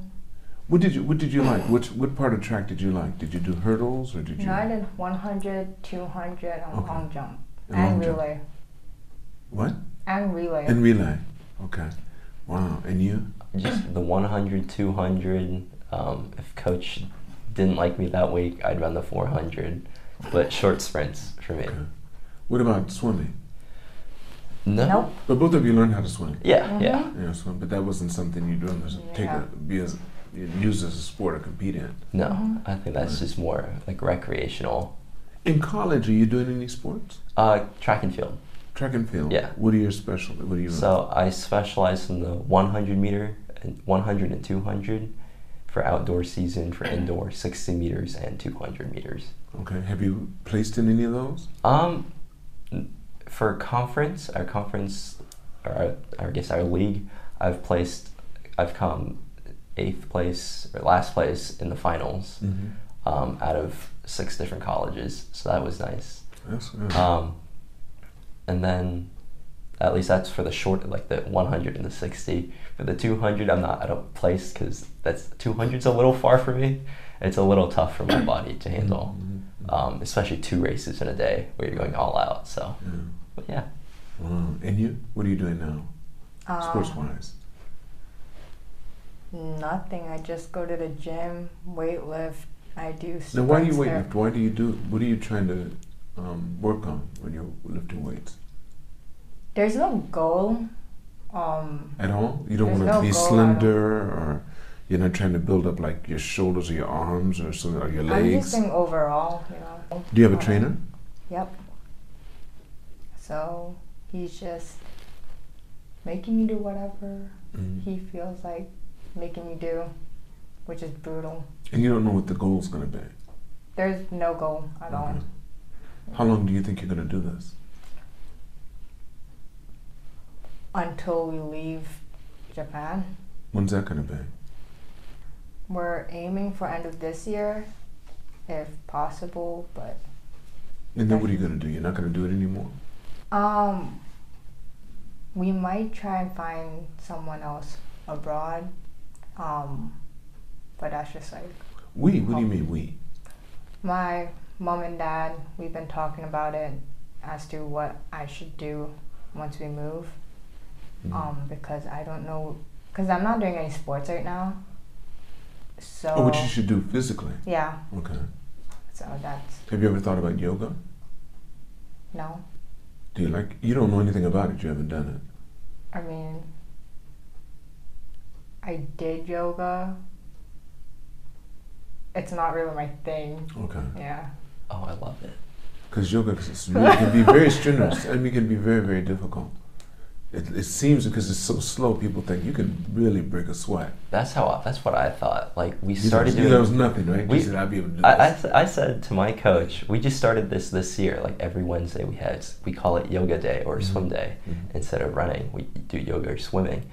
What did you What did you like? What What part of track did you like? Did you do hurdles or did you?
No, I did 100, 200, and
Okay.
long jump.
And
And,
long jump.
relay.
What?
And relay.
And relay. Okay. Wow. And you?
just the 100 200 um, if coach didn't like me that week i'd run the 400 but short sprints for me
Okay. What about swimming?
no
Nope.
But both of you learned how to swim.
yeah yeah
Mhm.
Yeah, swim. But that wasn't something you'd run as take a,
Yeah.
be as use as a sport or compete in.
no
Mhm.
i think that's just more like recreational
In college, are you doing any sports?
uh, track and field
Track and field.
Yeah.
What are your specialty? What do you? run?
so i specialize in the 100 meter and 100 and 200 for outdoor season for indoor 60 meters and 200 meters
Okay. Have you placed in any of those?
Um, n- for conference, our conference, or our, I guess our league, I've placed, I've come eighth place or last place in the finals,
Mm-hmm.
um, out of six different colleges. So that was nice.
That's good.
Um, and then, at least that's for the short, like the 100 and the 60. For the 200, I'm not at a place because that's 200's a little far for me. It's a little tough for my body to handle,
Mm-hmm.
um, especially two races in a day where you're going all out. So,
Yeah.
but yeah,
Wow. And you? What are you doing now,
Um,
sports wise?
Nothing. I just go to the gym, weight lift. I do.
Now, why do you
sprints
weight
there.
lift? Why do you do? What are you trying to um, work on when you're lifting weights?
There's no goal. Um,
At all? You don't
There's
want to
no
be
goal, I
slender, or you're not trying to build up like your shoulders or your arms or something, or your
I'm just
legs.
saying overall, you know.
Do you have a
Um,
trainer?
Yep. So he's just making me do whatever
Mm.
he feels like making me do, which is brutal.
And you don't know what the goal's going to be.
There's no goal at all.
Okay. How long do you think you're going to do this?
until we leave Japan.
When's that going to be?
We're aiming for end of this year, if possible, but
And then what are you going to do? You're not going to do it anymore.
um, we might try and find someone else abroad. Um, but that's just like
We? What do you mean we?
my mom and dad. We've been talking about it as to what I should do once we move,
Mhm.
um, because I don't know because I'm not doing any sports right now. So
Oh, what you should do physically.
yeah,
Okay.
so that's
Have you ever thought about yoga?
no.
Do you like? You don't know anything about it. You haven't done it.
I mean, I did yoga. It's not really my thing.
Okay.
Yeah.
Oh, I love it.
Because yoga is- really can be very strenuous. I mean, it can be very, very difficult. It, it seems because it's so slow, people think you can really break a sweat.
That's how. I, that's what I thought. Like we
You
started
thought-
doing.
you there was nothing, right?
we-
you said I'd be able to do
I, I,
this.
s- I said to my coach, we just started this this year. Like every Wednesday, we had we call it yoga day or swim day
Mhm.
instead of running. We do yoga or swimming.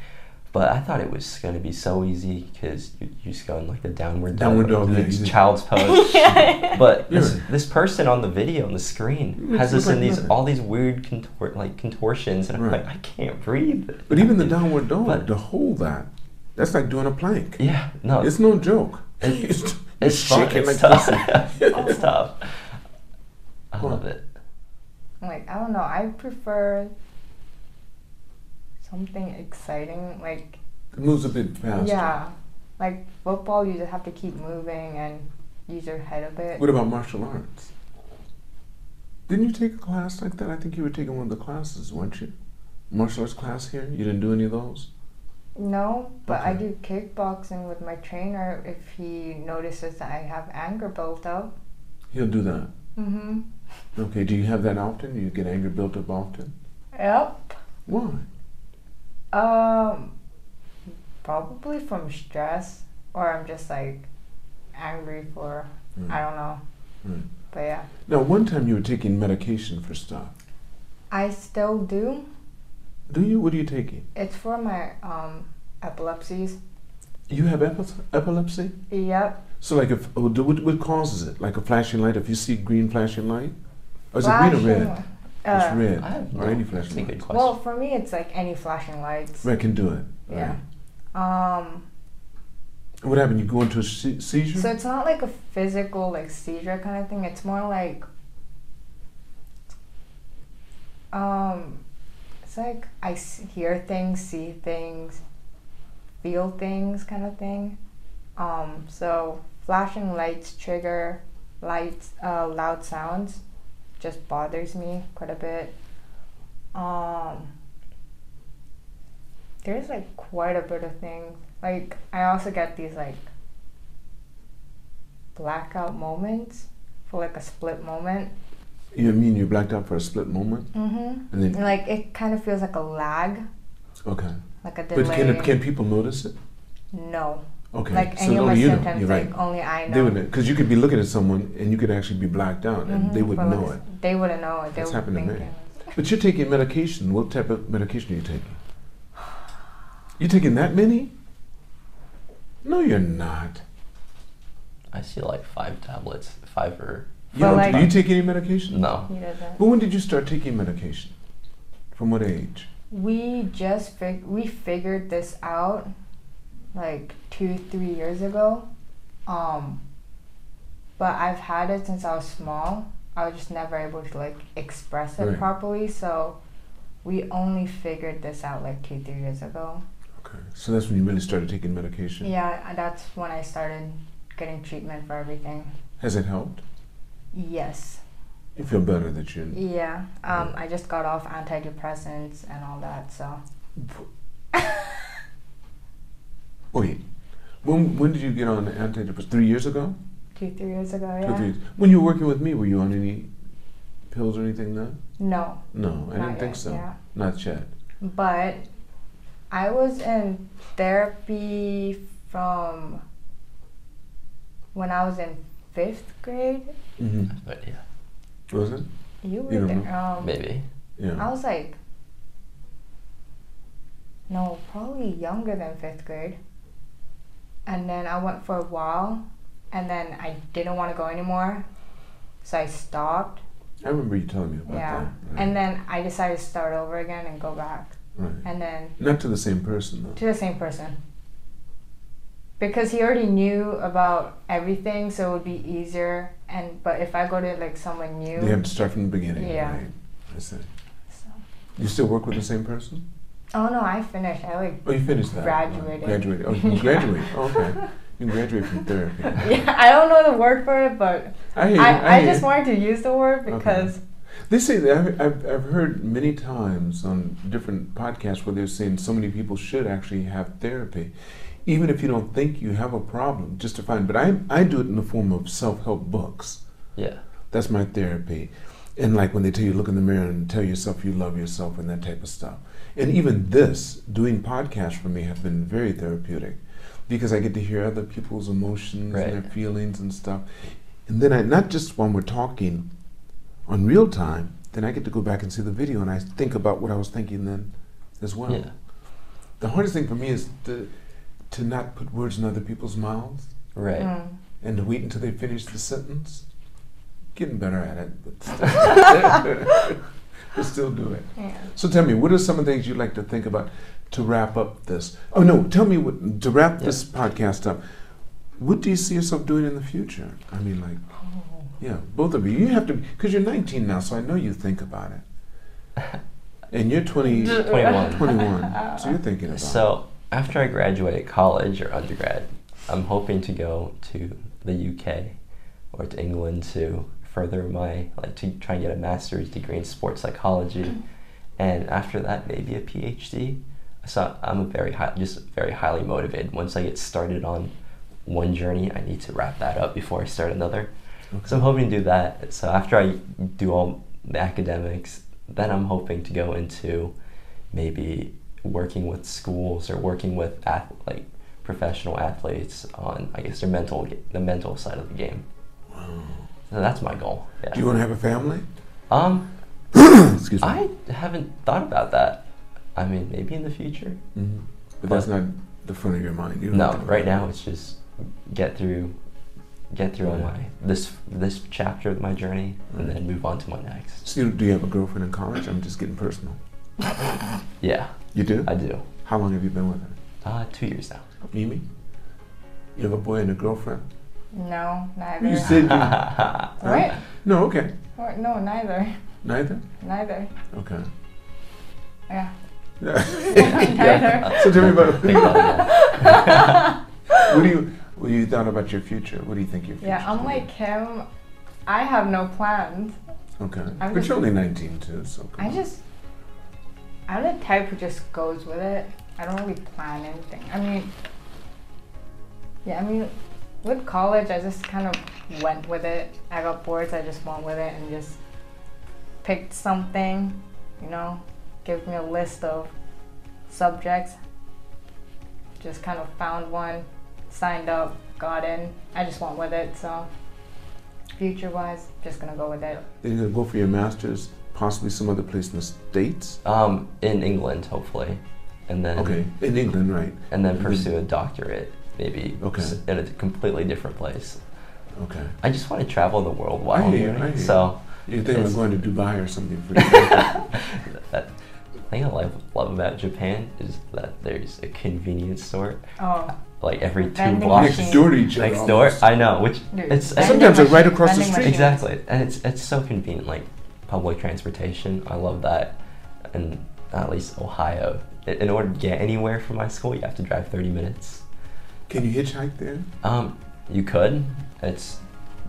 But I thought it was going to be so easy because you, you just go in like the downward
Downward dog, yeah,
it's
you just-
child's pose. But
Yeah.
this, this person on the video on the screen
It
has
looks
us in
like
these
nothing.
all these weird contort like contortions, and I'm
Right.
like, I can't breathe.
but even the downward dog,
But-
to hold that, that's like doing a plank.
Yeah, no,
It's no joke.
It's-
It's-
it's
it's
fun.
shaking
It's
like
tough.
this.
it's tough. I
Well,
love it.
Like, I don't know. I prefer something exciting. Like,
It moves a bit faster.
yeah. Like football, you just have to keep moving and use your head a bit.
What about martial arts? Didn't you take a class like that? I think you were taking one of the classes, weren't you? Martial arts class here? You didn't do any of those?
No, but I
Okay.
do kickboxing with my trainer if he notices that I have anger built up.
He'll do that.
Mm-hmm.
Okay, do you have that often? Do you get anger built up often?
Yep.
Why?
Um, probably from stress, or I'm just like angry for I don't know.
Right.
But yeah,
Now, one time you were taking medication for stuff.
I still do.
Do you? What are you taking?
It's for my um epilepsies.
You have epi- epilepsy?
Yep.
So, like, if oh, do- what, what causes it? Like a flashing light? If you see green flashing light? Or is it green or
Flashing
red?
li- uh,
it's red.
I have
or
no-
any
That's a
flashing
good
light.
question.
Well, for me, it's like any flashing lights.
Red can do it.
Yeah.
Right.
Um.
What happened? You go into a se- seizure?
So it's not like a physical like seizure kind of thing. It's more like um it's like I s- hear things, see things, feel things kind of thing. Um so flashing lights trigger lights uh loud sounds just bothers me quite a bit. Um there's like quite a bit of things. Like I also get these like blackout moments for like a split moment.
You mean you blacked out for a split moment?
Mm-hmm.
And then,
And like it kind of feels like a lag,
okay.
like a delay.
But can, can people notice it?
no,
Okay.
like
so
any of my
only you know.
symptoms,
You're right.
like only I know.
They wouldn't, because you could be looking at someone and you could actually be blacked out and
Mhm,
they wouldn't
but
know
like,
it.
They wouldn't know it. They
That's
would
happened to
think
me.
it was-
But you're taking medication. What type of medication are you taking? You're taking that many? No, you're not.
I see like five tablets, five or
You
But
don't,
like-
do you take any medication?
no.
He doesn't.
But when did you start taking medication? From what age?
We just fig- we figured this out like two three years ago, um, but I've had it since I was small. I was just never able to like express it
Right.
properly, so we only figured this out like two three years ago.
Okay. So that's when you really started taking medication?
Yeah, uh, that's when I started getting treatment for everything.
Has it helped?
Yes.
You feel better that you
Yeah. Um, I just got off antidepressants and all that, so
Wait, when when did you get on antidepressants? Three years ago?
two three years ago.
Two,
Yeah.
three years. When you were working with me, were you on any pills or anything then?
No,
No, I
Not
didn't think
yet,
so.
yeah.
Not yet.
but I was in therapy from when I was in fifth grade.
hmm
But yeah,
Was it?
You were
You don't
there. Um,
maybe.
Yeah.
I was like, no, probably younger than fifth grade. And then I went for a while, and then I didn't want to go anymore, so I stopped.
I remember you telling me about
yeah,
that. Right.
and then I decided to start over again and go back,
right.
and then
Not to the same person though.
to the same person. Because he already knew about everything, so it would be easier. And but if I go to like someone new,
They have to start from the beginning.
Yeah.
Right. I see.
so-
You still work with the same person?
Oh no, I finished. I like
Oh, you finished that.
Graduated.
Graduated. Oh, you
Yeah.
graduated. okay. You can graduate from therapy.
yeah, I don't know the word for it, but
I hear you. I,
I, I
hear
just
you.
wanted to use the word because
They say that I've, I've, I've heard many times on different podcasts where they're saying so many people should actually have therapy, even if you don't think you have a problem, just to find. But I, I do it in the form of self help books.
Yeah.
That's my therapy. And like when they tell you look in the mirror and tell yourself you love yourself and that type of stuff. And even this, doing podcasts for me have been very therapeutic because I get to hear other people's emotions
Right.
and their feelings and stuff. And then I not just when we're talking on real time, then I get to go back and see the video and I think about what I was thinking then as well.
Yeah.
The hardest thing for me is to to not put words in other people's mouths
Right.
Mm.
and to wait until they finish the sentence. Getting better at it, but still, but still do it.
yeah.
So tell me, what are some of the things you'd like to think about to wrap up this? Oh no, tell me what to wrap this podcast up. What do you see yourself doing in the future? I mean, like, yeah, both of you. You have to because you're 19 now, so I know you think about it. And you're 20,
21.
21, so you're thinking about it.
So after I graduate college or undergrad, I'm hoping to go to the UK or to England to further my like to try and get a master's degree in sports psychology, and after that maybe a PhD. So I'm a very high, just very highly motivated. Once I get started on one journey, I need to wrap that up before I start another. So I'm hoping to do that. So after I do all the academics, then I'm hoping to go into maybe working with schools or working with ath- like professional athletes on I guess their mental ga- the mental side of the game. So that's my goal. Yeah.
Do you want to have a family?
um,
Excuse me.
I haven't thought about that. I mean, maybe in the future.
Mhm. But that's not the front of your mind. You don't
No,
think about
right
that.
now it's just get through, get through
Right.
my this this chapter of my journey, and then move on to my next.
So you, do you have a girlfriend in college? I'm just getting personal.
Yeah,
You do?
I do.
How long have you been with her?
Uh, two years now.
Mimi? You have a boy and a girlfriend?
No, neither.
You said you...
What?
No, okay.
What? No, neither.
Neither?
Neither.
Okay.
Yeah.
Yeah.
So tell me about-
Think about it.
what do you... What you thought about your future? What do you think your future
Yeah, I'm like him. I have no plans.
Okay.
I'm
but
just-
you're only 19, too, so... come
I
on.
just, I'm the type who just goes with it. I don't really plan anything. I mean, yeah, I mean, with college, I just kind of went with it. I got bored, so I just went with it and just picked something, you know, gave me a list of subjects. Just kind of found one, signed up, got in. I just went with it, so future wise, just gonna go with it.
Then you're going to go for your master's, possibly some other place in the States?
Um, in England, hopefully, and then
Okay. In England, right.
and then pursue a doctorate, maybe
Okay.
s- in a completely different place.
Okay.
I just want to travel the world while
I
I'm
hear you, I
learning,
hear you.
so
You think I'm
Yes.
going to Dubai or something for you?
that thing I love, love about Japan is that there's a convenience store
Oh.
like every two
Vending
blocks
Next door to each other.
next door.
almost.
I know, which
Dude,
it's
vending
Sometimes they're right
machine-
across the
vending
street.
machines.
Exactly, and it's it's so convenient, like public transportation. I love that, and at least Ohio. i- In order to get anywhere from my school, you have to drive thirty minutes.
Can you hitchhike there?
Um, you could. It's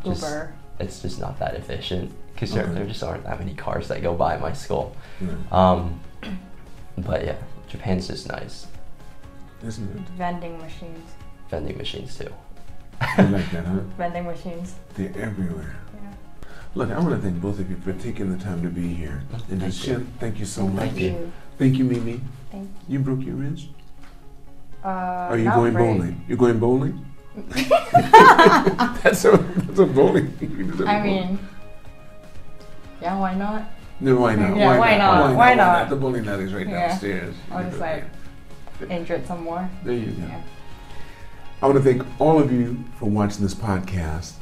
just
Uber.
it's just not that efficient because there,
Okay.
there just aren't that many cars that go by my school.
Yeah.
Um, but yeah, Japan's just nice.
Isn't it?
Vending machines.
Vending machines too.
I like that, huh?
Vending machines.
They're everywhere.
Yeah.
Look, I want to thank both of you for taking the time to be here. And
Thank
thank
you.
thank you so much.
Thank you.
Thank you, Mimi.
Thank
You broke your wrist?
Uh,
Are you
not
going
brave.
bowling? You're going bowling? that's, a, that's a bowling. You did a
I
bowling.
mean, yeah, why not?
no, why not?
yeah, why not? Why not?
The bowling alley's right
Yeah.
downstairs.
I was
You
just
know,
like, injure it some more.
There you go.
Yeah.
I want to thank all of you for watching this podcast.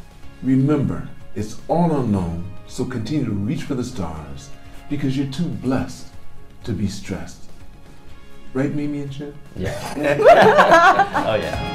Remember, it's all unknown, so continue to reach for the stars because you're too blessed to be stressed. Right, Mimi and Chip?
Yeah. oh yeah.